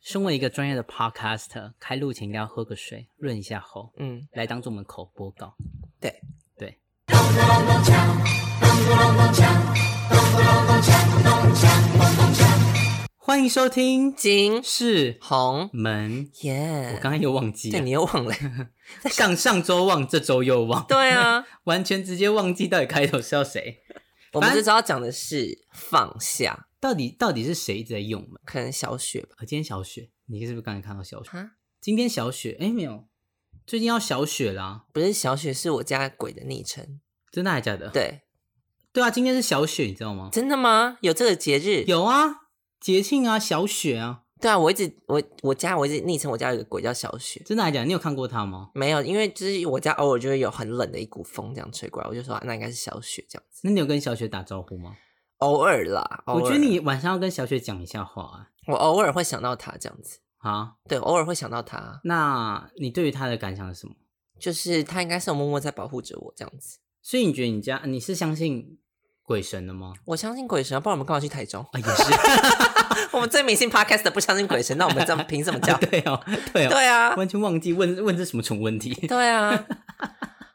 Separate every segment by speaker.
Speaker 1: 身为一个专业的 podcaster，开录前一定要喝个水，润一下喉，
Speaker 2: 嗯，
Speaker 1: 来当做我们口播稿。
Speaker 2: 对，
Speaker 1: 对，欢迎收听
Speaker 2: 金
Speaker 1: 是
Speaker 2: 红
Speaker 1: 门。我
Speaker 2: 耶，
Speaker 1: 刚刚又忘记
Speaker 2: 对
Speaker 1: 了，
Speaker 2: 你又 忘了，
Speaker 1: 上上周忘，这周又忘，
Speaker 2: 对啊，
Speaker 1: 完全直接忘记到底开头是要谁，
Speaker 2: 我们这周要讲的是放下，
Speaker 1: 到底到底是谁一直在用门？
Speaker 2: 可能小雪吧，
Speaker 1: 呃今天小雪，你是不是刚才看到小雪？
Speaker 2: 哈，
Speaker 1: 今天小雪，哎，没有，最近要小雪啦，
Speaker 2: 不是小雪是我家鬼的昵称，
Speaker 1: 真的还假的？
Speaker 2: 对，
Speaker 1: 对啊，今天是小雪，你知道吗？
Speaker 2: 真的吗？有这个节日？，
Speaker 1: 哦有啊，节庆啊，小雪啊，
Speaker 2: 对啊，我一直我我家我一直昵称我家有个鬼叫小雪。
Speaker 1: 真的还假的？你有看过她吗？
Speaker 2: 没有，因为就是我家偶尔就会有很冷的一股风这样吹过来，我就说、啊那应该是小雪这样子，
Speaker 1: 那你有跟小雪打招呼吗？
Speaker 2: 偶尔啦。偶
Speaker 1: 我
Speaker 2: 尔
Speaker 1: 觉得你晚上要跟小雪讲一下话
Speaker 2: 我偶尔会想到他这样子，
Speaker 1: 啊。好，
Speaker 2: 对，偶尔会想到他，
Speaker 1: 那你对于她的感想是什么？
Speaker 2: 就是他应该是有默默在保护着我这样子。
Speaker 1: 所以你觉得你家你是相信鬼神的吗？
Speaker 2: 我相信鬼神啊，不然我们干嘛去台中？
Speaker 1: 啊，也 是，
Speaker 2: 我们最迷信 podcast 的不相信鬼神，那我们这样凭什么讲？
Speaker 1: 对哦， 对哦，
Speaker 2: 对啊，
Speaker 1: 完全忘记问问这什么蠢问题。
Speaker 2: 对啊。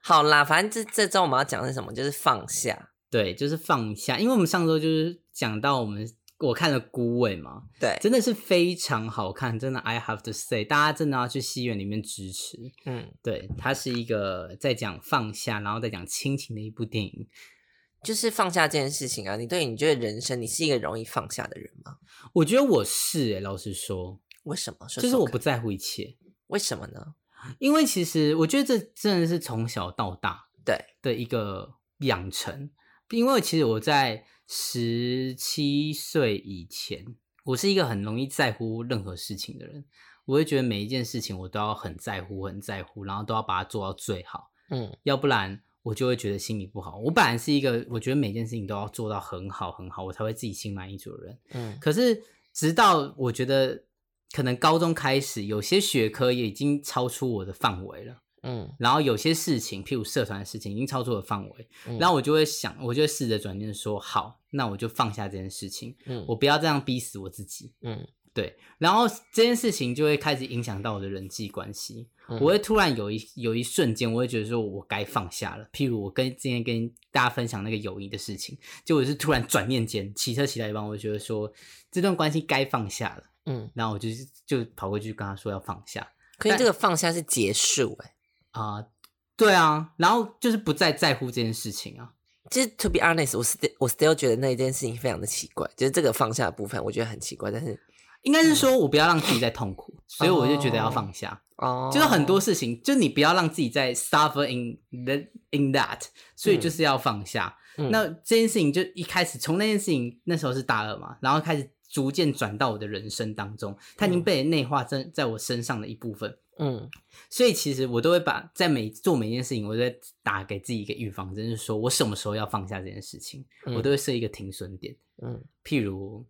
Speaker 2: 好啦，反正这这周我们要讲的是什么？就是放下。
Speaker 1: 对，就是放下，因为我们上周就是讲到我们我看了《孤味》嘛，
Speaker 2: 对，
Speaker 1: 真的是非常好看，真的 I have to say，大家真的要去戏院里面支持。
Speaker 2: 嗯，
Speaker 1: 对，它是一个在讲放下，然后再讲亲情的一部电影。
Speaker 2: 就是放下这件事情啊。你对你觉得人生，你是一个容易放下的人吗？
Speaker 1: 我觉得我是诶、老实说，
Speaker 2: 为什么？说
Speaker 1: 就是
Speaker 2: 说
Speaker 1: 我
Speaker 2: 看
Speaker 1: 不在乎一切，
Speaker 2: 为什么呢？
Speaker 1: 因为其实我觉得这真的是从小到大
Speaker 2: 对，
Speaker 1: 的一个养成。因为其实我在十七岁以前，我是一个很容易在乎任何事情的人，我会觉得每一件事情我都要很在乎、很在乎，然后都要把它做到最好。
Speaker 2: 嗯
Speaker 1: 要不然我就会觉得心里不好。我本来是一个我觉得每件事情都要做到很好很好，我才会自己心满意足的人。
Speaker 2: 嗯
Speaker 1: 可是直到我觉得可能高中开始，有些学科也已经超出我的范围了，
Speaker 2: 嗯
Speaker 1: 然后有些事情，譬如社团的事情，已经超出我的范围，
Speaker 2: 嗯
Speaker 1: 然后我就会想，我就会试着转念说，好，那我就放下这件事情，
Speaker 2: 嗯
Speaker 1: 我不要这样逼死我自己。
Speaker 2: 嗯
Speaker 1: 对，然后这件事情就会开始影响到我的人际关系。
Speaker 2: 嗯
Speaker 1: 我会突然有一有一瞬间，我会觉得说我该放下了。譬如我跟今天跟大家分享那个友谊的事情，就我是突然转念间骑车骑到一半，我就觉得说这段关系该放下了，
Speaker 2: 嗯，
Speaker 1: 然后我就是就跑过去跟他说要放下
Speaker 2: 可是
Speaker 1: 但
Speaker 2: 这个放下是结束、欸，哎，
Speaker 1: 啊、对啊，然后就是不再在乎这件事情啊。
Speaker 2: 就是 to be honest，我 still 我 still 觉得那一件事情非常的奇怪，就是这个放下的部分，我觉得很奇怪，但是
Speaker 1: 应该是说我不要让自己再痛苦，所以我就觉得要放下。
Speaker 2: 哦，
Speaker 1: 就是很多事情，就你不要让自己再 suffer in the in that，所以就是要放下。
Speaker 2: 嗯
Speaker 1: 那这件事情就一开始从那件事情，那时候是大二嘛，然后开始逐渐转到我的人生当中，它已经被内化在在我身上的一部分。
Speaker 2: 嗯
Speaker 1: 所以其实我都会把在每做每件事情，我都会打给自己一个预防针，就是说我什么时候要放下这件事情，
Speaker 2: 嗯
Speaker 1: 我都会设一个停损点。
Speaker 2: 嗯
Speaker 1: 譬如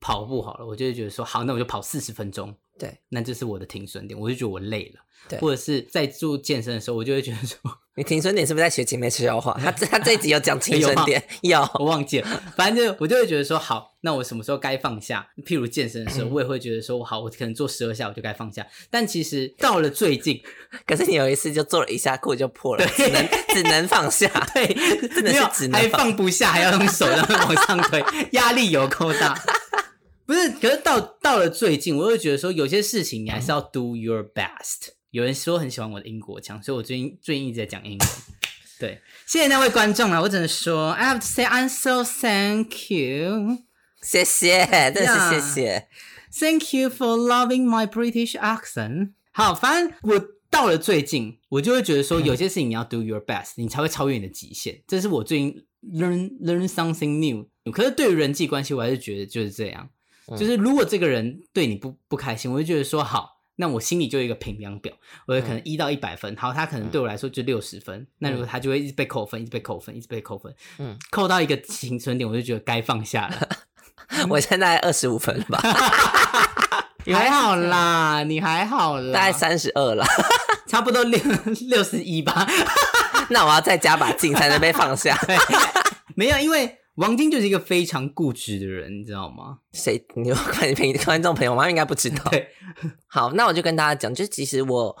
Speaker 1: 跑步好了，我就会觉得说好，那我就跑四十分钟，
Speaker 2: 对，
Speaker 1: 那就是我的停损点，我就觉得我累了。
Speaker 2: 对
Speaker 1: 或者是在做健身的时候，我就会觉得说，
Speaker 2: 你停损点是不是在学姐妹悄悄话？他这他这一集有 讲停损点，有
Speaker 1: 我忘记了，反正就我就会觉得说，好，那我什么时候该放下？譬如健身的时候，我也会觉得说，好，我可能做十二下我就该放下。但其实到了最近，
Speaker 2: 可是你有一次就做了一下裤就破了，只能只能放下。
Speaker 1: 对，
Speaker 2: 的
Speaker 1: 没
Speaker 2: 是
Speaker 1: 有
Speaker 2: 只能
Speaker 1: 还
Speaker 2: 放
Speaker 1: 放不下，还要用手让它往上推，压力有够 大。不是，可是到到了最近，我又觉得说，有些事情你还是要 do your best。有人说很喜欢我的英国腔，所以我最近最近一直在讲英文。对，谢谢那位观众啊，我只能说，I have to say I'm so thank you。
Speaker 2: 谢谢，真的是谢谢。
Speaker 1: Thank you for loving my British accent。好，反正我到了最近，我就会觉得说，有些事情你要 do your best，你才会超越你的极限。这是我最近 learn learn something new。可是对于人际关系，我还是觉得就是这样，就是如果这个人对你不不开心，我就觉得说好。那我心里就有一个评量表，我可能一到一百分，好，他可能对我来说就六十分，那如果他就会一直被扣分，一直被扣分，一直被扣分，
Speaker 2: 嗯，
Speaker 1: 扣到一个停损点，我就觉得该放下了。
Speaker 2: 我现在二十五分吧，
Speaker 1: 还好啦，你还好啦，
Speaker 2: 大概三十二了。
Speaker 1: 差不多六 六十一吧。
Speaker 2: 那我要再加把劲才能被放下。
Speaker 1: 没有，因为王晶就是一个非常固执的人，你知道吗？
Speaker 2: 谁？你有观众观众朋友吗？应该不知道。
Speaker 1: 对，
Speaker 2: 好，那我就跟大家讲，就是其实我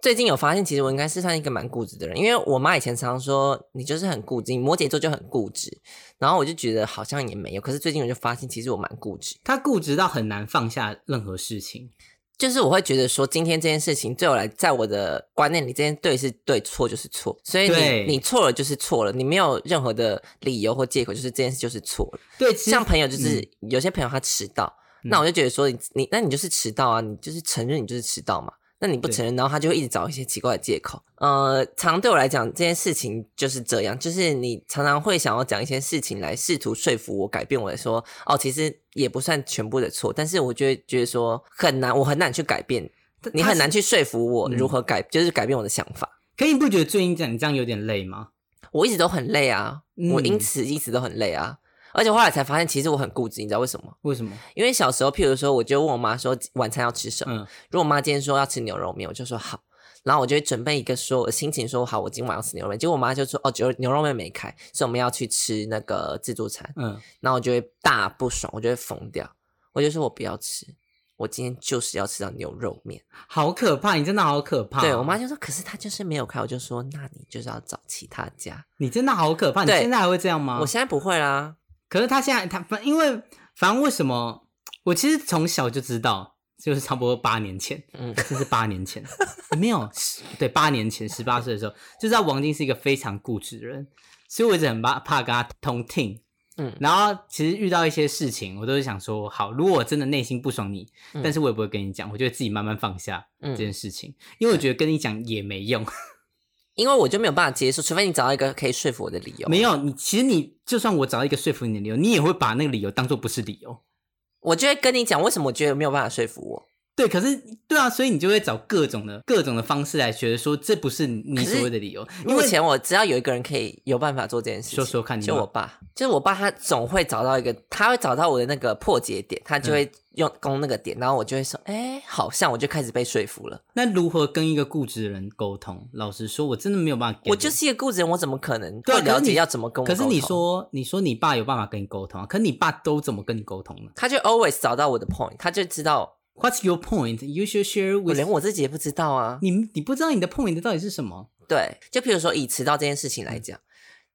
Speaker 2: 最近有发现，其实我应该是算一个蛮固执的人，因为我妈以前常常说你就是很固执，你摩羯座就很固执，然后我就觉得好像也没有，可是最近我就发现，其实我蛮固执，
Speaker 1: 他固执到很难放下任何事情。
Speaker 2: 就是我会觉得说今天这件事情对我来，在我的观念里，这件对是对，错就是错，所以
Speaker 1: 对
Speaker 2: 你你错了就是错了，你没有任何的理由或借口，就是这件事就是错了。
Speaker 1: 对，其实
Speaker 2: 像朋友就是、有些朋友他迟到，
Speaker 1: 嗯
Speaker 2: 那我就觉得说你你那你就是迟到啊，你就是承认你就是迟到嘛。那你不
Speaker 1: 对
Speaker 2: 承认，然后他就会一直找一些奇怪的借口。呃，常对我来讲，这件事情就是这样，就是你常常会想要讲一些事情来试图说服我改变我的说，哦，其实也不算全部的错，但是我就会觉得说很难，我很难去改变，
Speaker 1: 但
Speaker 2: 你
Speaker 1: 他
Speaker 2: 很难
Speaker 1: 是。
Speaker 2: 去说服我
Speaker 1: 嗯
Speaker 2: 如何改，就是改变我的想法。
Speaker 1: 可你不觉得最近这样你这样有点累吗？
Speaker 2: 我一直都很累啊，我因
Speaker 1: 嗯
Speaker 2: 此一直都很累啊，而且后来才发现，其实我很固执，你知道为什么吗？
Speaker 1: 为什么？
Speaker 2: 因为小时候，譬如说，我就问我妈说晚餐要吃什么。
Speaker 1: 嗯，
Speaker 2: 如果我妈今天说要吃牛肉面，我就说好，然后我就会准备一个说我心情说好，我今晚要吃牛肉面。结果我妈就说哦，只有牛肉面没开，所以我们要去吃那个自助餐。
Speaker 1: 嗯，
Speaker 2: 然后我就会大不爽，我就会疯掉，我就说我不要吃，我今天就是要吃到牛肉面。
Speaker 1: 好可怕！你真的好可怕。
Speaker 2: 对我妈，就说，可是她就是没有开，我就说那你就是要找其他家。
Speaker 1: 你真的好可怕。你
Speaker 2: 对
Speaker 1: 现在还会这样吗？
Speaker 2: 我现在不会啦，
Speaker 1: 可是他现在他反因为反正为什么？我其实从小就知道，就是差不多八年前，
Speaker 2: 嗯
Speaker 1: 这是八年前，没有十对八年前十八岁的时候，就知道王晶是一个非常固执的人，所以我一直很怕怕跟他同听。
Speaker 2: 嗯
Speaker 1: 然后其实遇到一些事情，我都是想说，好，如果我真的内心不爽你，
Speaker 2: 嗯
Speaker 1: 但是我也不会跟你讲，我就会自己慢慢放下这件
Speaker 2: 嗯，
Speaker 1: 事情，因为我觉得跟你讲也没用，
Speaker 2: 因为我就没有办法接受，除非你找到一个可以说服我的理由。
Speaker 1: 没有你，其实你就算我找到一个说服你的理由，你也会把那个理由当做不是理由。
Speaker 2: 我就会跟你讲为什么我觉得没有办法说服我。
Speaker 1: 对，可是对啊，所以你就会找各种的各种的方式来觉得说这不是你
Speaker 2: 可是
Speaker 1: 所谓的理由，因
Speaker 2: 目
Speaker 1: 为
Speaker 2: 前我只要有一个人可以有办法做这件事情，
Speaker 1: 说说看你
Speaker 2: 就
Speaker 1: 妈
Speaker 2: 我爸，就是我爸，他总会找到一个，他会找到我的那个破解点，他
Speaker 1: 嗯
Speaker 2: 就会用攻那个点，然后我就会说，哎、好像我就开始被说服了。
Speaker 1: 那如何跟一个固执的人沟通？老实说，我真的没有办法 get 这个。
Speaker 2: 我就是一个固执人，我怎么可能
Speaker 1: 对啊
Speaker 2: 会了
Speaker 1: 可是
Speaker 2: 解
Speaker 1: 你
Speaker 2: 要怎么跟我
Speaker 1: 可是你
Speaker 2: 沟通，
Speaker 1: 说，你说你爸有办法跟你沟通啊？可是你爸都怎么跟你沟通呢
Speaker 2: 他就 always 找到我的 point，他就知道，
Speaker 1: ？What's your point? You should share
Speaker 2: 我
Speaker 1: with
Speaker 2: 连我自己也不知道啊。
Speaker 1: 你，你不知道你的 point 到底是什么？
Speaker 2: 对，就譬如说以迟到这件事情来
Speaker 1: 嗯
Speaker 2: 讲，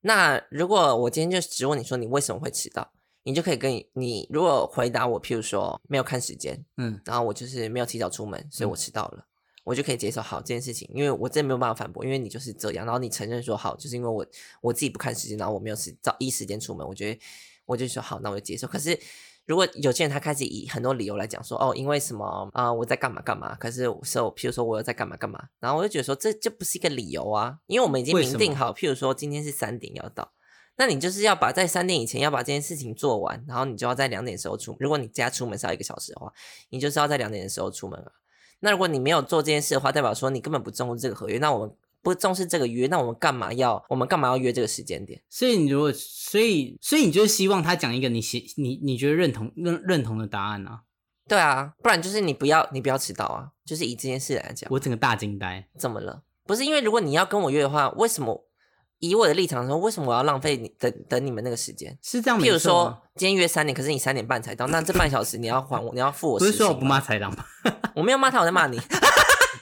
Speaker 2: 那如果我今天就只问你说你为什么会迟到，你就可以跟你你如果回答我，譬如说没有看时间，
Speaker 1: 嗯，
Speaker 2: 然后我就是没有提早出门，所以我迟到了，我就可以接受好这件事情，因为我真的没有办法反驳，因为你就是这样，然后你承认说好，就是因为我我自己不看时间，然后我没有时早一时间出门，我觉得我就说好，那我就接受。可是如果有些人他开始以很多理由来讲说哦，因为什么啊、我在干嘛干嘛，可是我所以我譬如说我有在干嘛干嘛，然后我就觉得说这这不是一个理由啊，因为我们已经
Speaker 1: 为
Speaker 2: 明
Speaker 1: 什
Speaker 2: 定
Speaker 1: 么
Speaker 2: 好，譬如说今天是三点要到。那你就是要把在三点以前要把这件事情做完，然后你就要在两点的时候出。如果你家出门是要一个小时的话，你就是要在两点的时候出门啊。那如果你没有做这件事的话，代表说你根本不重视这个合约。那我们不重视这个约，那我们干嘛要我们干嘛要约这个时间点？
Speaker 1: 所以你如果，所以所以你就是希望他讲一个你喜你你觉得认同认认同的答案啊？
Speaker 2: 对啊，不然就是你不要你不要迟到啊。就是以这件事来讲，
Speaker 1: 我整个大惊呆，
Speaker 2: 怎么了？不是因为如果你要跟我约的话，为什么以我的立场说，为什么我要浪费你等等你们那个时间？
Speaker 1: 是这样没
Speaker 2: 譬如
Speaker 1: 错啊吗
Speaker 2: 说，今天约三点，可是你三点半才到，那这半小时你要还我，你要付我。
Speaker 1: 不是说我不骂，豺狼吗？
Speaker 2: 我没有骂他，我在骂你。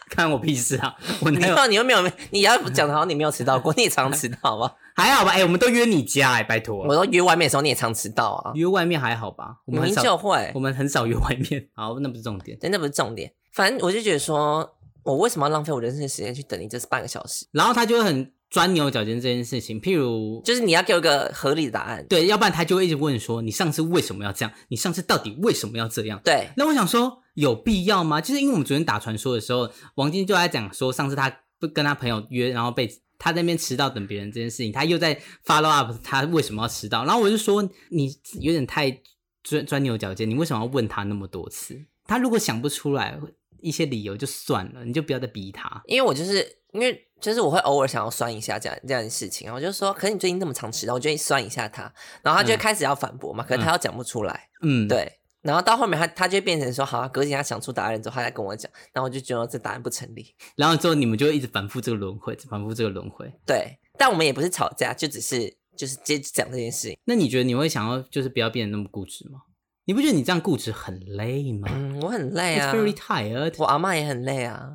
Speaker 1: 看我屁事啊！ 我
Speaker 2: 你
Speaker 1: 哪有
Speaker 2: 又你又没有，你要讲的好像你没有迟到过，你也常迟到好 不好？
Speaker 1: 还好吧？哎、我们都约你家哎、拜托。
Speaker 2: 我说约外面的时候你也常迟到啊，
Speaker 1: 约外面还好吧？我
Speaker 2: 明
Speaker 1: 们很
Speaker 2: 明就
Speaker 1: 少，
Speaker 2: 会
Speaker 1: 我，们很少约外面。好，那不是重点。
Speaker 2: 但那不是重点。反正我就觉得说，我为什么要浪费我人生的时间去等你这半个小时？
Speaker 1: 然后他就会很钻牛角尖这件事情，譬如
Speaker 2: 就是你要给我一个合理的答案。
Speaker 1: 对，要不然他就会一直问说：“你上次为什么要这样？你上次到底为什么要这样
Speaker 2: 对？”，
Speaker 1: 那我想说，有必要吗？就是因为我们昨天打传说的时候，王晶就在讲说，上次他不跟他朋友约，然后被他在那边迟到等别人这件事情，他又在 follow up 他为什么要迟到。然后我就说，你有点太钻钻牛角尖，你为什么要问他那么多次？他如果想不出来一些理由就算了，你就不要再逼他。
Speaker 2: 因为我就是因为就是我会偶尔想要酸一下这样这样的事情，然后我就说，可是你最近那么常迟到，我就会酸一下他，然后他就会
Speaker 1: 嗯
Speaker 2: 开始要反驳嘛，可是他又讲不出来，
Speaker 1: 嗯，。
Speaker 2: 对。然后到后面他，他就会变成说，好、啊，隔几天他想出答案之后，他再跟我讲，然后我就觉得这答案不成立。
Speaker 1: 然后之后你们就会一直反复这个轮回，反复这个轮回。
Speaker 2: 对，但我们也不是吵架，就只是就是接讲这件事情。
Speaker 1: 那你觉得你会想要就是不要变得那么固执吗？你不觉得你这样固执很累吗、
Speaker 2: 嗯，我很累
Speaker 1: i t s
Speaker 2: 啊，
Speaker 1: very tired。
Speaker 2: 我阿妈也很累啊，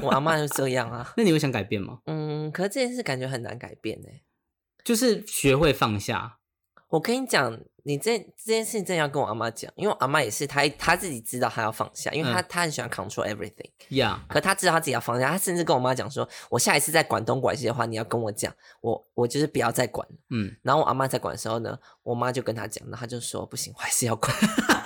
Speaker 2: 我阿妈就这样啊。
Speaker 1: 那你会想改变吗？
Speaker 2: 嗯，可是这件事感觉很难改变哎、
Speaker 1: 就是学会放下，
Speaker 2: 我跟你讲，你这这件事情真的要跟我阿妈讲，因为我阿妈也是她她自己知道她要放下，因为她、
Speaker 1: 嗯
Speaker 2: 她很喜欢 control everything，
Speaker 1: 呀、
Speaker 2: 可她知道她自己要放下，她甚至跟我妈讲说，我下一次再管东管西的话，你要跟我讲，我我就是不要再管了。
Speaker 1: 嗯，
Speaker 2: 然后我阿妈在管的时候呢，我妈就跟她讲，然后她就说不行，我还是要管，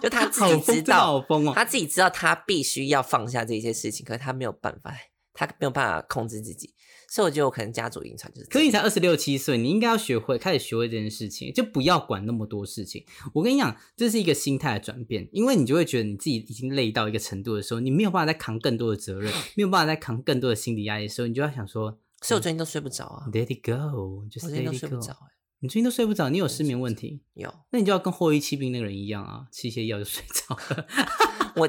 Speaker 2: 就她自
Speaker 1: 好
Speaker 2: 己
Speaker 1: 疯，
Speaker 2: 知
Speaker 1: 真的好
Speaker 2: 道，
Speaker 1: 疯哦。
Speaker 2: 她自己知道她必须要放下这些事情，可是她没有办法，她没有办法控制自己，所以我觉得我可能家族遗传就是这
Speaker 1: 可
Speaker 2: 样，
Speaker 1: 你才二十六七岁，你应该要学会开始学会这件事情，就不要管那么多事情。我跟你讲，这是一个心态的转变，因为你就会觉得你自己已经累到一个程度的时候，你没有办法再扛更多的责任，没有办法再扛更多的心理压力的时候，你就要想说
Speaker 2: 所以我最近都睡不着啊，
Speaker 1: ，Let it go，就是
Speaker 2: 我最近都
Speaker 1: Let it
Speaker 2: 睡不
Speaker 1: go
Speaker 2: 着、。欸，
Speaker 1: 你最近都睡不着，你有失眠问题，
Speaker 2: 有。
Speaker 1: 那你就要跟后羿弃兵那个人一样啊，吃一些药就睡着了。
Speaker 2: 我，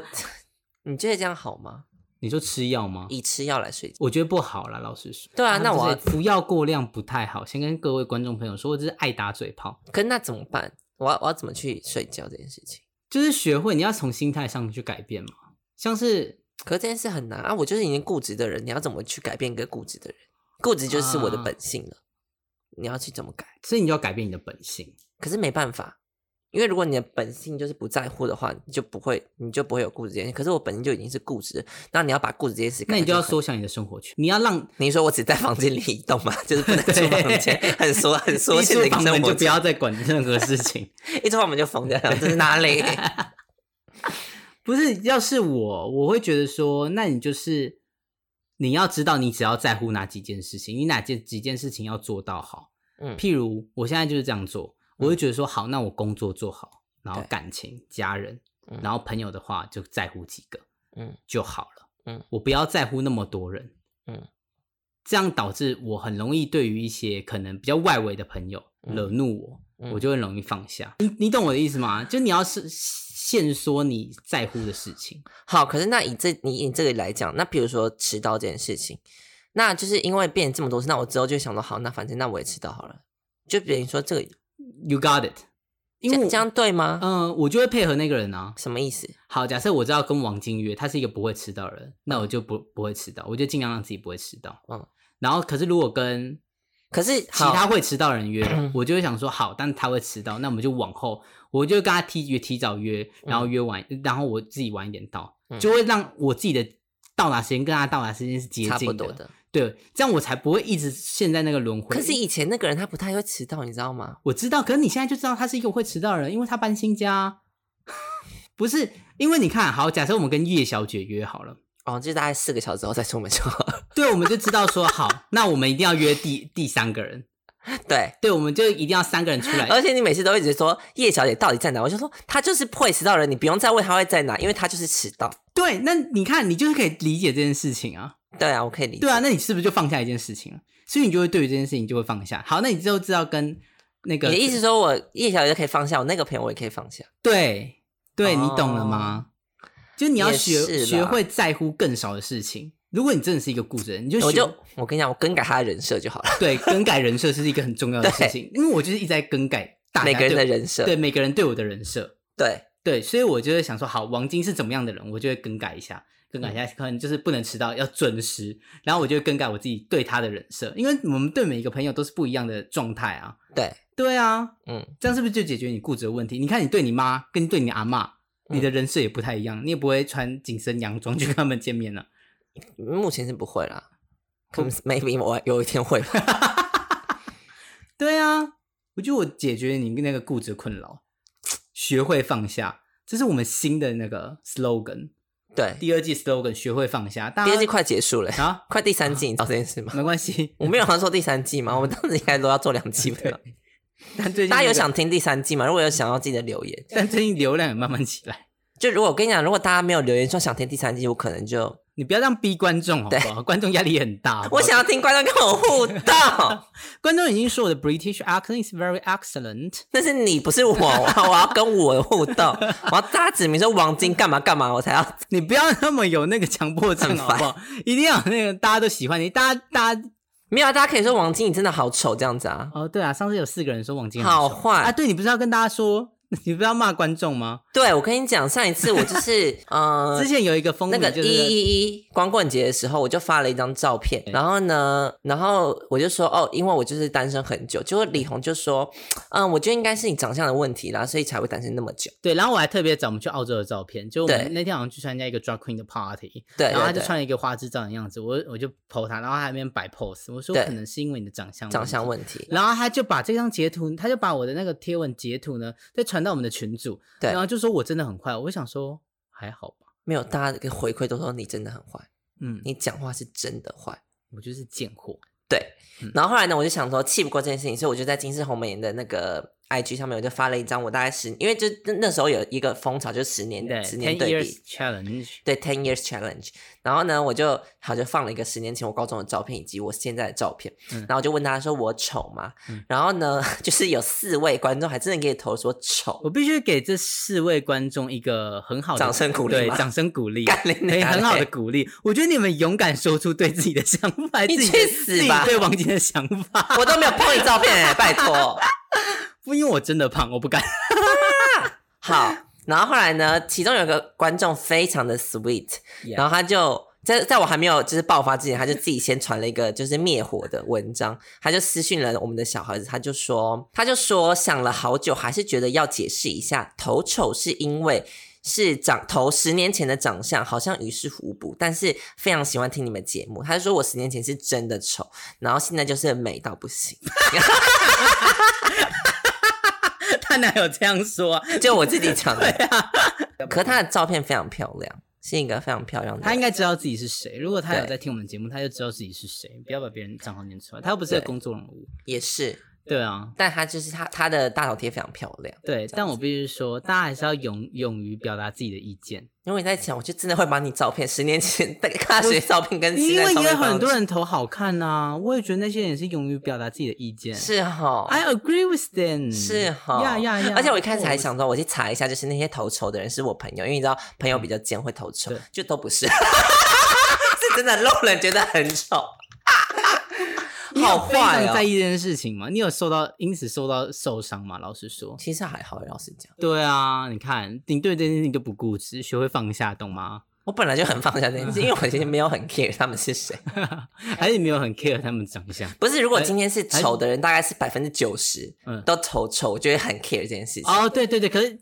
Speaker 2: 你觉得这样好吗？
Speaker 1: 你说吃药吗？
Speaker 2: 以吃药来睡觉？
Speaker 1: 我觉得不好啦，老实说。
Speaker 2: 对啊，那我
Speaker 1: 就是
Speaker 2: 要，
Speaker 1: 服药过量不太好，先跟各位观众朋友说，我这是爱打嘴炮，
Speaker 2: 可是那怎么办？我要我要怎么去睡觉这件事情？
Speaker 1: 就是学会你要从心态上去改变嘛。像是
Speaker 2: 可是这件事很难啊！我就是已经固执的人，你要怎么去改变一个固执的人？固执就是我的
Speaker 1: 啊
Speaker 2: 本性了，你要去怎么改？
Speaker 1: 所以你就要改变你的本性，
Speaker 2: 可是没办法，因为如果你的本性就是不在乎的话，你就不会，你就不会有固执这件事。可是我本性就已经是固执，那你要把固执这件事改，
Speaker 1: 那你就要
Speaker 2: 很
Speaker 1: 缩小你的生活圈，你要让
Speaker 2: 你说我只在房间里移动嘛，就是不能出房间，
Speaker 1: 对
Speaker 2: 很缩很缩
Speaker 1: 一
Speaker 2: 限的
Speaker 1: 出
Speaker 2: 一个
Speaker 1: 房
Speaker 2: 生
Speaker 1: 门
Speaker 2: 活
Speaker 1: 就不
Speaker 2: 圈，
Speaker 1: 要再管任何事情。
Speaker 2: 一出房门就疯掉了，这是 哪里？
Speaker 1: 不是，要是我，我会觉得说，那你就是你要知道，你只要在乎哪几件事情，你哪件几件事情要做到好。
Speaker 2: 嗯
Speaker 1: 譬如我现在就是这样做，我会觉得说，好，那我工作做好，然后
Speaker 2: 对
Speaker 1: 感情、家人，
Speaker 2: 嗯
Speaker 1: 然后朋友的话就在乎几个，
Speaker 2: 嗯，
Speaker 1: 就好了。
Speaker 2: 嗯，
Speaker 1: 我不要在乎那么多人。
Speaker 2: 嗯，
Speaker 1: 这样导致我很容易对于一些可能比较外围的朋友
Speaker 2: 嗯
Speaker 1: 惹怒我，
Speaker 2: 嗯
Speaker 1: 我就很容易放下。你你懂我的意思吗？就你要是限说你在乎的事情，
Speaker 2: 好，可是那以这你以这个来讲，那比如说迟到这件事情，那就是因为变这么多次，那我之后就想说，好，那反正那我也迟到好了，就比如说这个，
Speaker 1: You got it？因为
Speaker 2: 这
Speaker 1: 我
Speaker 2: 这样，对吗？
Speaker 1: 嗯、我就会配合那个人啊。
Speaker 2: 什么意思？
Speaker 1: 好，假设我知道跟王晶约，他是一个不会迟到的人，那我就不不会迟到，我就尽量让自己不会迟到。嗯
Speaker 2: 嗯，
Speaker 1: 然后可是如果跟
Speaker 2: 可是
Speaker 1: 其他
Speaker 2: 好，嗯
Speaker 1: 会迟到的人约，我就会想说好，但他会迟到，那我们就往后，我就跟他提约提早约，然后约晚，然后我自己晚一点到，
Speaker 2: 嗯
Speaker 1: 就会让我自己的到达时间跟他到达时间是接近
Speaker 2: 差不多的。
Speaker 1: 对，这样我才不会一直陷在那个轮回。
Speaker 2: 可是以前那个人他不太会迟到，你知道吗？
Speaker 1: 我知道，可是你现在就知道他是一个会迟到的人，因为他搬新家啊、不是因为你看好，假设我们跟叶小姐约好了。
Speaker 2: 哦，就是大概四个小时后再出门就好了。
Speaker 1: 对，我们就知道说好，那我们一定要约第第三个人，
Speaker 2: 对，
Speaker 1: 对，我们就一定要三个人出来。
Speaker 2: 而且你每次都一直说叶小姐到底在哪，我就说她就是会迟到的人，你不用再问她会在哪，因为她就是迟到。
Speaker 1: 对，那你看，你就是可以理解这件事情啊，
Speaker 2: 对啊，我可以理解。
Speaker 1: 对啊，那你是不是就放下一件事情了？所以你就会对于这件事情就会放下。好，那你就知道跟那啊个
Speaker 2: 你的意思说我叶小姐可以放下，我那个朋友我也可以放下。
Speaker 1: 对对，
Speaker 2: 哦
Speaker 1: 你懂了吗？就你要
Speaker 2: 也
Speaker 1: 学
Speaker 2: 是啦
Speaker 1: 学会在乎更少的事情。如果你真的是一个固执人，你就学
Speaker 2: 我就我跟你讲，我更改他的人设就好了，
Speaker 1: 对更改人设，这是一个很重要的事情，因为我就是一直在更改大家
Speaker 2: 每个人
Speaker 1: 对
Speaker 2: 的
Speaker 1: 我
Speaker 2: 人设。
Speaker 1: 对每个人对我的人设。
Speaker 2: 对
Speaker 1: 对，所以我就会想说，好，王晶是怎么样的人，我就会更改一下，更改一下，
Speaker 2: 嗯
Speaker 1: 可能就是不能迟到，要准时。然后我就会更改我自己对他的人设，因为我们对每一个朋友都是不一样的状态啊。
Speaker 2: 对，
Speaker 1: 对啊，
Speaker 2: 嗯，
Speaker 1: 这样是不是就解决你固执的问题？你看，你对你妈跟对你阿嬷，你
Speaker 2: 嗯
Speaker 1: 的人设也不太一样，你也不会穿紧身洋装去跟他们见面了、
Speaker 2: 目前是不会啦，可能 maybe 我有一天会吧。
Speaker 1: 对啊，我觉得我解决你那个固执困扰，学会放下，这是我们新的那个 slogan，
Speaker 2: 对，
Speaker 1: 第二季 slogan，学会放下。大
Speaker 2: 第
Speaker 1: 家
Speaker 2: 二季快结束了，
Speaker 1: 啊，
Speaker 2: 快第三季，你知道这件 事吗？
Speaker 1: 没关系。
Speaker 2: 我没有要做第三季嘛，我们当时应该都要做两季
Speaker 1: 对
Speaker 2: 的。
Speaker 1: 但最近
Speaker 2: 大家
Speaker 1: 那
Speaker 2: 有
Speaker 1: 个
Speaker 2: 想，听第三季吗？如果有想要，记得留言。
Speaker 1: 但最近流量也慢慢起来，
Speaker 2: 就如果我跟你讲，如果大家没有留言说想听第三季，我可能就
Speaker 1: 你不要这样逼观众好不好？观众压力也很大。好不好
Speaker 2: 我想要听观众跟我互动。
Speaker 1: 观众已经说我的 British accent is very excellent，
Speaker 2: 那是你，不是我，我我要跟我互动，我要大家指明说王晶干嘛干嘛，我才要
Speaker 1: 你不要那么有那个强迫症
Speaker 2: 很
Speaker 1: 好
Speaker 2: 烦
Speaker 1: 不好？一定要有那个大家都喜欢你，大家大家
Speaker 2: 没有啊，大家可以说王晶你真的好丑这样子啊。
Speaker 1: 哦，对啊，上次有四个人说王晶很
Speaker 2: 好
Speaker 1: 丑
Speaker 2: 坏
Speaker 1: 啊，对你不是要跟大家说，你不是要骂观众吗？
Speaker 2: 对，我跟你讲，上一次我就是 呃
Speaker 1: 之，前有一个风
Speaker 2: 那
Speaker 1: 靡
Speaker 2: 个一
Speaker 1: 就是
Speaker 2: 一一光棍节的时候，我就发了一张照片，然后呢，然后我就说哦，因为我就是单身很久，结果李红就说，嗯，我觉得应该是你长相的问题啦，所以才会单身那么久。
Speaker 1: 对，然后我还特别找我们去澳洲的照片，就我
Speaker 2: 对
Speaker 1: 们那天好像去参加一个 drag queen 的 party，
Speaker 2: 对，
Speaker 1: 然后他
Speaker 2: 对
Speaker 1: 就
Speaker 2: 对
Speaker 1: 穿了一个花枝招展的样子，我我就 po 他，然后他还在那边摆 pose，我说
Speaker 2: 对
Speaker 1: 可能是因为你的长相
Speaker 2: 长相
Speaker 1: 题。
Speaker 2: 问题，
Speaker 1: 然后他就把这张截图，他就把我的那个贴文截图呢，再传到我们的群组，
Speaker 2: 对
Speaker 1: 然后就说我真的很坏，我想说还好吧，
Speaker 2: 没有大家的回馈都说你真的很坏，
Speaker 1: 嗯，
Speaker 2: 你讲话是真的坏。
Speaker 1: 我就是贱货，
Speaker 2: 对
Speaker 1: 嗯，
Speaker 2: 然后后来呢，我就想说气不过这件事情，所以我就在金丝红梅的那个 IG 上面，我就发了一张我大概十，因为就那那时候有一个风潮，就是十年
Speaker 1: 对
Speaker 2: 十
Speaker 1: ，ten
Speaker 2: 年对
Speaker 1: years
Speaker 2: 比。
Speaker 1: challenge，
Speaker 2: 对，ten years challenge。然后呢，我就好就放了一个十年前我高中的照片以及我现在的照片，
Speaker 1: 嗯
Speaker 2: 然后我就问大家说我丑吗？
Speaker 1: 嗯
Speaker 2: 然后呢，就是有四位观众还真的给投说丑，
Speaker 1: 我必须给这四位观众一个很好的
Speaker 2: 掌声鼓励
Speaker 1: 对，
Speaker 2: 吗
Speaker 1: 掌声鼓励，
Speaker 2: 干你
Speaker 1: 可以
Speaker 2: 娘
Speaker 1: 很好
Speaker 2: 嘞
Speaker 1: 的鼓励。我觉得你们勇敢说出对自己的想法，
Speaker 2: 你
Speaker 1: 自己
Speaker 2: 去
Speaker 1: 的
Speaker 2: 死
Speaker 1: 自己
Speaker 2: 吧
Speaker 1: 对王晶的想法。
Speaker 2: 我都没有碰你照片、 欸，拜托。
Speaker 1: 不，因为我真的胖，我不敢。
Speaker 2: 好，然后后来呢，其中有个观众非常的 sweet，
Speaker 1: Yeah
Speaker 2: 然后他就在在我还没有就是爆发之前，他就自己先传了一个就是灭火的文章，他就私讯了我们的小孩子，他就说他就说想了好久，还是觉得要解释一下，头丑是因为。是长头十年前的长相好像与世无补，但是非常喜欢听你们节目。他就说我十年前是真的丑，然后现在就是美到不行。
Speaker 1: 他哪有这样说啊、
Speaker 2: 就我自己讲的。可她的照片非常漂亮，是一个非常漂亮的。
Speaker 1: 他应该知道自己是谁。如果他有
Speaker 2: 对
Speaker 1: 在听我们节目，他就知道自己是谁。不要把别人账号念出来，他又不是个
Speaker 2: 对
Speaker 1: 公众人物。
Speaker 2: 也是，
Speaker 1: 对啊，
Speaker 2: 但她就是她她的大头贴非常漂亮。
Speaker 1: 对。但我必须说，大家还是要勇勇于表达自己的意见，
Speaker 2: 因为你在讲，我就真的会把你照片十年前的大学照片跟现
Speaker 1: 因
Speaker 2: 在
Speaker 1: 为
Speaker 2: 照
Speaker 1: 也
Speaker 2: 片
Speaker 1: 有
Speaker 2: 放
Speaker 1: 很多人投好看呐、我也觉得那些人也是勇于表达自己的意见。
Speaker 2: 是哈。
Speaker 1: I agree with them。
Speaker 2: 是哈，
Speaker 1: 哎呀呀呀！
Speaker 2: 而且我一开始还
Speaker 1: 哦
Speaker 2: 想说，我去查一下，就是那些投仇的人是我朋友，因为你知道朋友比较尖会投仇
Speaker 1: 对，
Speaker 2: 就都不是， 是真的路人觉得很丑，
Speaker 1: 你有
Speaker 2: 好
Speaker 1: 非常
Speaker 2: 坏
Speaker 1: 在
Speaker 2: 哦。
Speaker 1: 意这件事情吗？你有受到因此受到受伤吗？老实说，
Speaker 2: 其实还好，老实讲，
Speaker 1: 对啊，你看，你对这件事情都不固执，学会放下，懂吗？
Speaker 2: 我本来就很放下这件
Speaker 1: 嗯
Speaker 2: 事，因为我其实没有很 care 他们是谁。
Speaker 1: 还是你没有很 care 他们长相？
Speaker 2: 不是，如果今天是丑的人，大概是百分之九十
Speaker 1: 哎嗯
Speaker 2: 都丑丑，我就会很 care 这件事情。
Speaker 1: 哦，对对对，可是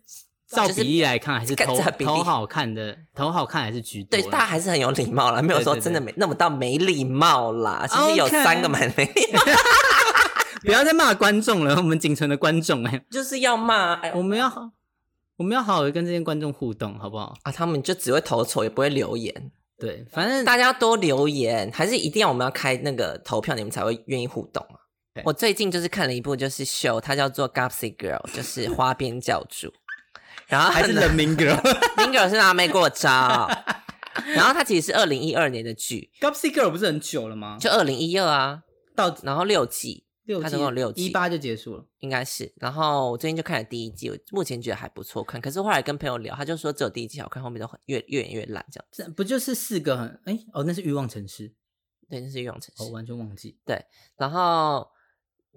Speaker 1: 照
Speaker 2: 啊就是
Speaker 1: 比例来看，还是
Speaker 2: 看
Speaker 1: 头
Speaker 2: 照比例
Speaker 1: 头好看的，头好看还是居多
Speaker 2: 对
Speaker 1: 啦。，
Speaker 2: 大家还是很有礼貌啦，没有说
Speaker 1: 对对对
Speaker 2: 真的没那么到没礼貌啦。其实有
Speaker 1: OK
Speaker 2: 三个蛮没礼貌，
Speaker 1: 不要再骂观众了，我 们仅存的观众哎，
Speaker 2: 就是要骂哎
Speaker 1: 我们要好，我们要好好地跟这些观众互动，好不好？
Speaker 2: 啊，他们就只会投丑，也不会留言。
Speaker 1: 对，反正
Speaker 2: 大家多留言，还是一定要我们要开那个投票，你们才会愿意互动啊
Speaker 1: 对。
Speaker 2: 我最近就是看了一部就是秀，它叫做《Gossip Girl》，就是花边教主。然后它
Speaker 1: 还是
Speaker 2: 呢
Speaker 1: 人民 girl。
Speaker 2: 林格尔是拿没过招。 然后它其实是二零一二年的剧，
Speaker 1: Gupsy girl 不是很久了吗？
Speaker 2: 就二零一二啊，
Speaker 1: 到
Speaker 2: 然后六季
Speaker 1: 六
Speaker 2: 它总共有六
Speaker 1: 一
Speaker 2: 季
Speaker 1: 八就结束了。
Speaker 2: 应该是。然后我最近就看了第一季，我目前觉得还不错看，可是后来跟朋友聊，他就说只有第一季好看，后面都很越越演越烂这样。
Speaker 1: 这不就是四个很哎、哦，那是欲望城市，哦
Speaker 2: 对，那是欲望城市
Speaker 1: 我、。完全忘记
Speaker 2: 然后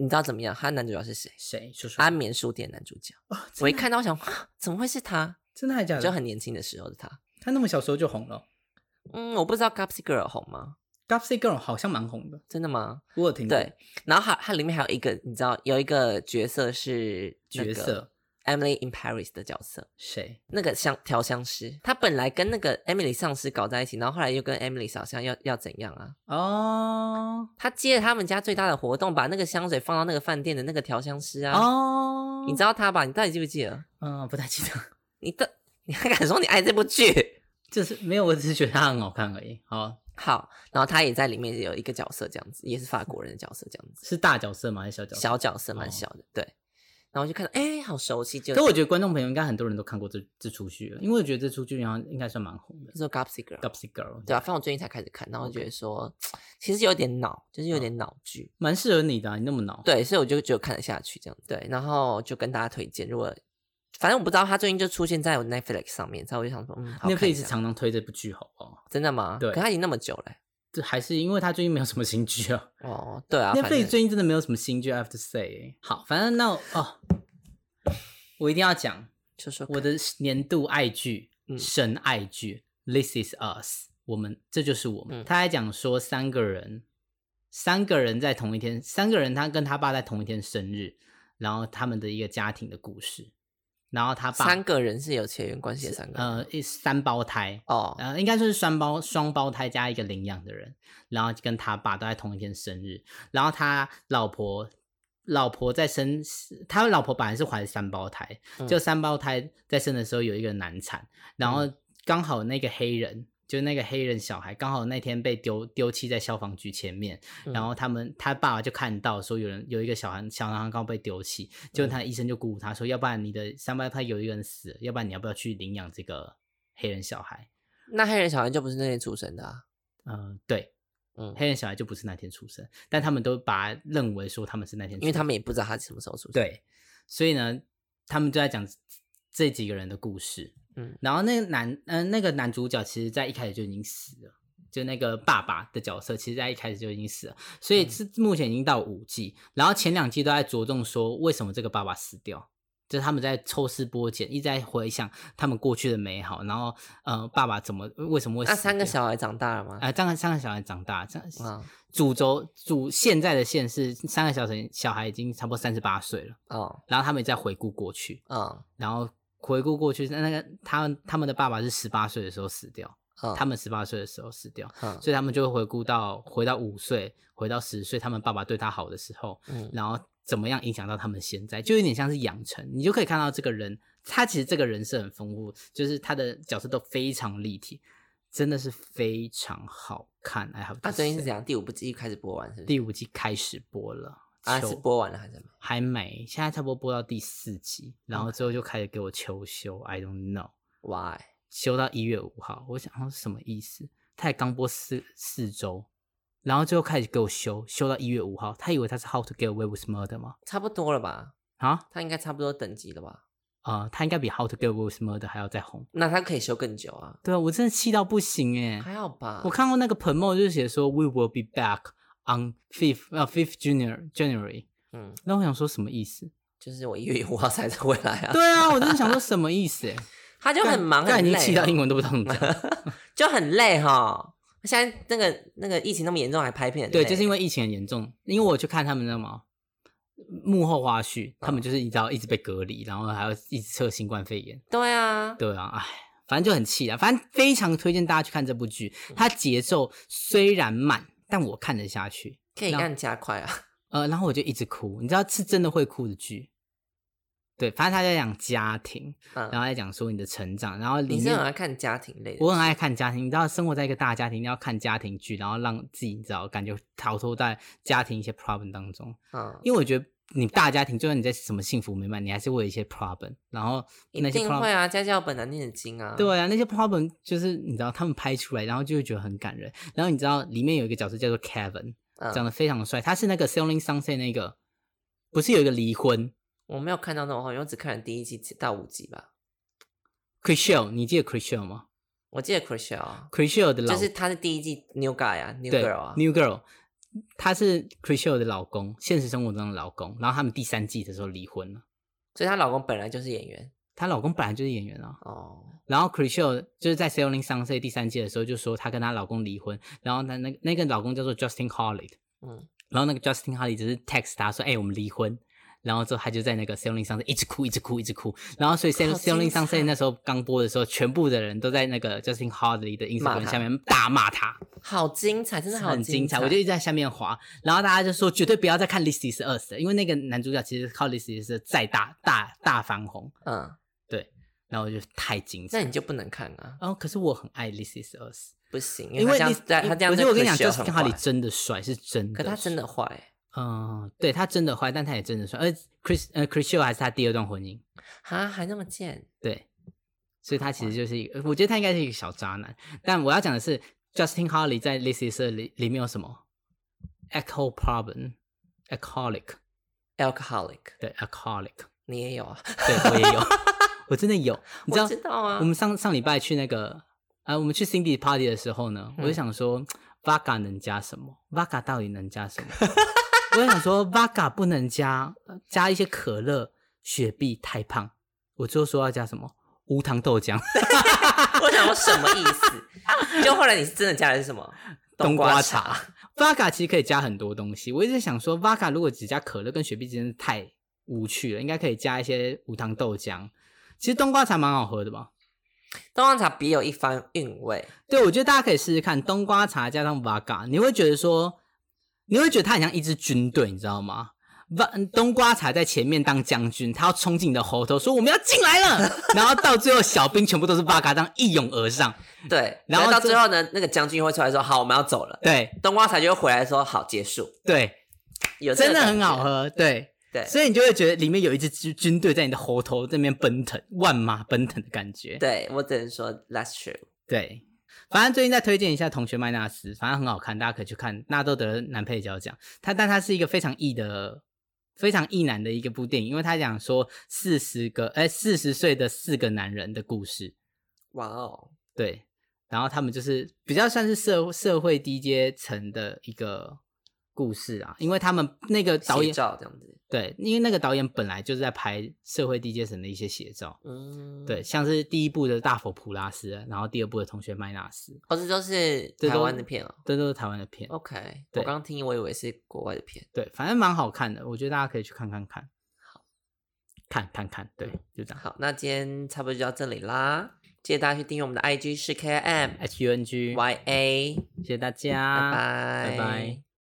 Speaker 2: 你知道怎么样？他男主角是谁？
Speaker 1: 谁说说
Speaker 2: 安眠书店男主角。
Speaker 1: 啊
Speaker 2: 我一看到我想，啊怎么会是 他？
Speaker 1: 真的还假的？
Speaker 2: 就很年轻的时候的他。
Speaker 1: 他那么小时候就红了
Speaker 2: 嗯，我不知道《Gossip Girl》红吗？
Speaker 1: ，Gupsy girl 好像蛮红的，
Speaker 2: 真的吗？
Speaker 1: 我有听过
Speaker 2: 对，然后还它里面还有一个，你知道有一个角色是那
Speaker 1: 角
Speaker 2: 个
Speaker 1: 色
Speaker 2: Emily in Paris 的角色，
Speaker 1: 谁？
Speaker 2: 那个相调香师，他本来跟那个 Emily 上司搞在一起，然后后来又跟 Emily 好像要要怎样啊？
Speaker 1: 哦
Speaker 2: 他接了他们家最大的活动，把那个香水放到那个饭店的那个调香师啊，
Speaker 1: 哦，
Speaker 2: 你知道他吧？你到底记不记得？
Speaker 1: 嗯、不太记得，
Speaker 2: 你的你还敢说你爱这部剧？
Speaker 1: 就是没有，我只是觉得他很好看而已。好，
Speaker 2: 好，然后他也在里面有一个角色这样子，也是法国人的角色这样子，
Speaker 1: 是大角色吗？还是小角色？
Speaker 2: 小角色
Speaker 1: 哦
Speaker 2: 蛮小的，对。然后我就看到，哎、好熟悉，就
Speaker 1: 可我觉得观众朋友应该很多人都看过这这出剧了，因为我觉得这出剧好像应该算蛮红的
Speaker 2: 就。是 Gossip Girl，
Speaker 1: Gupsy Girl，
Speaker 2: 对啊，反正我最近才开始看，然后我觉得说其实有点恼，就是
Speaker 1: 嗯
Speaker 2: 有点恼剧，
Speaker 1: 蛮适合你的啊、你那么老。
Speaker 2: 对，所以我就就看得下去这样。对，然后就跟大家推荐，如果反正我不知道他最近就出现在我 Netflix 上面，所以我就想说，嗯，好看一
Speaker 1: Netflix
Speaker 2: 下
Speaker 1: 常常推这部剧，好不好？
Speaker 2: 真的吗？
Speaker 1: 对
Speaker 2: 可他已经那么久了欸、
Speaker 1: 这还是因为他最近没有什么新剧啊。
Speaker 2: 哦，对啊，反
Speaker 1: Netflix
Speaker 2: 正
Speaker 1: 最近真的没有什么新剧，I have to say。好，反正那我哦，我一定要讲
Speaker 2: 就说
Speaker 1: 我的年度爱剧，
Speaker 2: 嗯
Speaker 1: 神爱剧《This Is Us》，我们这就是我们。
Speaker 2: 嗯
Speaker 1: 他还讲说三个人，三个人在同一天，三个人他跟他爸在同一天生日，然后他们的一个家庭的故事，然后他爸
Speaker 2: 三个人是有血缘关系的三个人
Speaker 1: 呃一三胞胎，
Speaker 2: 哦，
Speaker 1: 呃，应该就是双胞双胞胎加一个领养的人，然后跟他爸都在同一天生日，然后他老婆老婆在生，他老婆本来是怀三胞胎，
Speaker 2: 嗯嗯
Speaker 1: 就三胞胎在生的时候有一个难产，然后刚好那个黑人。就那个黑人小孩，刚好那天被丢丢弃在消防局前面，然
Speaker 2: 嗯
Speaker 1: 后他们他爸爸就看到说有人有一个小孩小男孩刚被丢弃，就
Speaker 2: 嗯
Speaker 1: 他医生就鼓舞他说，要不然你的三胞胎有一个人死了，要不然你要不要去领养这个黑人小孩？
Speaker 2: 那黑人小孩就不是那天出生的啊，
Speaker 1: 呃，对，
Speaker 2: 嗯，
Speaker 1: 黑人小孩就不是那天出生，但他们都把它认为说他们是那天出生，
Speaker 2: 因为他们也不知道他什么时候出生，，
Speaker 1: 对，所以呢，他们就在讲这几个人的故事。
Speaker 2: 嗯
Speaker 1: 然后那个男，嗯、那个男主角其实在一开始就已经死了，就那个爸爸的角色，其实在一开始就已经死了，所
Speaker 2: 嗯
Speaker 1: 以是目前已经到五季，然后前两季都在着重说为什么这个爸爸死掉。就是他们在抽丝剥茧，一直在回想他们过去的美好，然后，呃，爸爸怎么为什么会死掉？呃
Speaker 2: 那三个小孩长大了吗？
Speaker 1: 啊，三个三个小孩长大，这样
Speaker 2: 啊
Speaker 1: 主轴主现在的线是三个小孩小孩已经差不多三十八岁了，
Speaker 2: 哦
Speaker 1: 然后他们也在回顾过去，
Speaker 2: 哦
Speaker 1: 然后回顾过去，那那个他们他们的爸爸是十八岁的时候死掉，
Speaker 2: 哦，
Speaker 1: 他们十八岁的时候死掉，
Speaker 2: 嗯
Speaker 1: 所以他们就会回顾到回到五岁，回到十岁，他们爸爸对他好的时候，
Speaker 2: 嗯
Speaker 1: 然后怎么样影响到他们现在，就有点像是养成，你就可以看到这个人，他其实这个人是很丰富，就是他的角色都非常立体，真的是非常好看。哎，
Speaker 2: 啊，最近是
Speaker 1: 这
Speaker 2: 怎
Speaker 1: 样，
Speaker 2: 样？第五部继续开始播完是不是？
Speaker 1: 第五季开始播了。
Speaker 2: 啊，
Speaker 1: 秋
Speaker 2: 是播完了还是没？
Speaker 1: 还没，现在差不多播到第四集，然后之后就开始给我秋休，I don't know，
Speaker 2: Why？
Speaker 1: 休到一月五号，我想说什么意思？他才刚播四四周，然后最后开始给我休，休到一月五号，他以为他是 How to Get Away with Murder 吗？
Speaker 2: 差不多了吧？
Speaker 1: 啊，
Speaker 2: 他应该差不多等级了吧？
Speaker 1: 呃，他应该比 How to Get Away with Murder 还要再红。
Speaker 2: 那他可以休更久啊？
Speaker 1: 对啊，我真的气到不行哎、
Speaker 2: 还好吧？
Speaker 1: 我看过那个 promo 就写说 We will be back on fifth 呃 fifth January January，
Speaker 2: 嗯，
Speaker 1: 那我想说什么意思？
Speaker 2: 就是我一月五号才回来 啊。
Speaker 1: 对啊，我真的想说什么意 思、欸？
Speaker 2: 他就很忙
Speaker 1: 刚才
Speaker 2: 很
Speaker 1: 已
Speaker 2: 累
Speaker 1: 经
Speaker 2: 哦，
Speaker 1: 气到英文都不懂讲。
Speaker 2: 就很累哈。现在那个那个疫情那么严重，还拍片很累，
Speaker 1: 对，就是因为疫情很严重，因为我去看他们那嘛幕后花絮，他们就是一直要一直被隔离，然后还要一直测新冠肺炎。
Speaker 2: 对啊，
Speaker 1: 对啊，唉，反正就很气啊。反正非常推荐大家去看这部剧，
Speaker 2: 嗯
Speaker 1: 它节奏虽然慢，但我看得下去。
Speaker 2: 可以
Speaker 1: 那
Speaker 2: 按加快啊。
Speaker 1: 呃，然后我就一直哭，你知道是真的会哭的剧。对，反正他在讲家庭， 然
Speaker 2: 嗯，
Speaker 1: 后在讲说你的成长，然后里
Speaker 2: 你是
Speaker 1: 面
Speaker 2: 很爱看家庭类的，
Speaker 1: 我很爱看家庭，你知道，生活在一个大家庭，你要看家庭剧，然后让自己你知道感觉逃脱在家庭一些 problem 当中。
Speaker 2: 嗯，
Speaker 1: 因为我觉得你大家庭，就算你在什么幸福美满，你还是会有一些 problem。然后那
Speaker 2: 一
Speaker 1: 些
Speaker 2: 定
Speaker 1: problem，、
Speaker 2: 会啊，家教本难念的经啊。
Speaker 1: 对啊，那些 problem 就是你知道他们拍出来，然后就会觉得很感人。然后你知道里面有一个角色叫做 Kevin，
Speaker 2: 嗯，
Speaker 1: 长得非常帅，他是那个《Selling Sunset》那个，不是有一个离婚
Speaker 2: 我没有看到那种话，因为我只看了第一季到五集吧。
Speaker 1: c h r i s h e l 你记得 c h r i s h e l 吗
Speaker 2: 我记得啊 Chriselle
Speaker 1: c h r i s h e l 的老
Speaker 2: 就是他是第一季 New Guy 啊，New
Speaker 1: 对
Speaker 2: Girl 啊，
Speaker 1: New Girl，她是 c h r i s h e l 的老公，现实生活中的老公。然后他们第三季的时候离婚了，
Speaker 2: 所以她老公本来就是演员
Speaker 1: 她老公本来就是演员啊。
Speaker 2: 哦，
Speaker 1: 然后 c r i s h e l 就是在《Selling Sunset》第三季的时候就说她跟她老公离婚，然后她那那个老公叫做 Justin Harley，
Speaker 2: 嗯，
Speaker 1: 然后那个 Justin Harley 只是 text 她说：“哎、我们离婚。”然后之后她就在那个《Selling Sunset》一直哭，一直哭，一直哭。然后所以《
Speaker 2: 好
Speaker 1: Sell-
Speaker 2: 精
Speaker 1: Selling
Speaker 2: 彩
Speaker 1: Sunset》那时候刚播的时候，全部的人都在那个 Justin Harley 的
Speaker 2: 骂
Speaker 1: Instagram
Speaker 2: 她
Speaker 1: 下面大骂他。
Speaker 2: 好精彩，真的好
Speaker 1: 很精
Speaker 2: 彩，
Speaker 1: 彩，我就一直在下面滑，然后大家就说绝对不要再看《This Is Us》了，因为那个男主角其实靠《This Is Us》再大大大翻红，
Speaker 2: 嗯，
Speaker 1: 然后我就太精彩。
Speaker 2: 那你就不能看啊，
Speaker 1: 哦，可是我很爱《This Is Us
Speaker 2: 不行，》，
Speaker 1: 因
Speaker 2: 为
Speaker 1: 为
Speaker 2: 他这
Speaker 1: This-
Speaker 2: 样对他这样
Speaker 1: 可
Speaker 2: 对
Speaker 1: 是我跟你讲，
Speaker 2: 就
Speaker 1: 就是
Speaker 2: 很
Speaker 1: 哈
Speaker 2: 坏
Speaker 1: 里，真的帅，是真的
Speaker 2: 可
Speaker 1: 帅。
Speaker 2: 他真的坏
Speaker 1: 嗯，对他真的坏，但他也真的帅。而 Chris 呃 Chris Hill 还是他第二段婚姻，
Speaker 2: 啊，还那么贱，
Speaker 1: 对，所以他其实就是一个，我觉得他应该是一个小渣男。但我要讲的是，Justin Harley 在《This Is Us》里里面有什么 echo problem。alcoholic，
Speaker 2: ，alcoholic，
Speaker 1: 对，alcoholic，
Speaker 2: 你也有啊，
Speaker 1: 对我也有， 我真的有。你知道，
Speaker 2: 我知道啊，
Speaker 1: 呃我们上上礼拜去那个，啊，我们去 Cindy party 的时候呢，我就想说， ，Vaga 能加什么？Vaga 到底能加什么？ 我就想说，Vaga 不能加，呃加一些可乐、雪碧太胖。我最后说要加什么？无糖豆浆、
Speaker 2: 我想说什么意思？就后来你是真的加的是什么？
Speaker 1: 冬
Speaker 2: 瓜
Speaker 1: 瓜茶。。Vaga 其实可以加很多东西。我一直在想说，Vaga 如果只加可乐跟雪碧，真的太无趣了。应该可以加一些无糖豆浆。其实冬瓜茶蛮好喝的吧？
Speaker 2: 冬瓜茶别有一番韵味。
Speaker 1: 对，我觉得大家可以试试看冬瓜茶加上 Vaga，你会觉得说，你会觉得它很像一支军队，你知道吗？Va 嗯冬瓜茶在前面当将军，他要冲进你的喉头，说我们要进来了，然后到最后小兵全部都是 Vaga，这样一涌而上。
Speaker 2: 对，
Speaker 1: 然
Speaker 2: 然
Speaker 1: 后
Speaker 2: 后到
Speaker 1: 这
Speaker 2: 最后呢，那个将军会出来说：“好，我们要走了。
Speaker 1: 对”
Speaker 2: 冬瓜茶就会回来说：“好，结束。
Speaker 1: 对，”
Speaker 2: 有这
Speaker 1: 真的
Speaker 2: 个感
Speaker 1: 很
Speaker 2: 觉
Speaker 1: 好。喝，对。
Speaker 2: 对
Speaker 1: 所以你就会觉得里面有一支军军队在你的喉头这边奔腾，万马奔腾的感觉。
Speaker 2: 对我只能说 that's true。
Speaker 1: 对，反正最近再推荐一下《同学麦纳斯》，反正很好看，大家可以去看。纳豆得了男配角奖，他但他是一个非常异的、非常异男的一个部电影，因为他讲说四十个哎四十岁的四个男人的故事，
Speaker 2: 哇哦，
Speaker 1: 对，然后他们就是比较算是社社会低阶层的一个故事啊，因为他们那个导
Speaker 2: 写
Speaker 1: 演
Speaker 2: 照这样子。
Speaker 1: 对，因为那个导演本来就是在拍社会低阶层的一些写照。
Speaker 2: 嗯，
Speaker 1: 对，，像是第一部的大佛普拉斯，然后第二部的同学麦纳斯，
Speaker 2: 或者就是
Speaker 1: 这
Speaker 2: 台
Speaker 1: 都
Speaker 2: 湾的片哦。
Speaker 1: 这都是台湾的片。
Speaker 2: OK，我
Speaker 1: 对
Speaker 2: 刚听我以为是国外的片。
Speaker 1: 对，反正蛮好看的，我觉得大家可以去看看看。看看看，对，
Speaker 2: 嗯
Speaker 1: 就这样。
Speaker 2: 好，那今天差不多就到这里啦，记得大家去订阅我们的 IG 是 KM
Speaker 1: H U N G，
Speaker 2: YA，
Speaker 1: 谢谢大
Speaker 2: 嗯拜
Speaker 1: 家，
Speaker 2: 啊拜，
Speaker 1: 拜拜。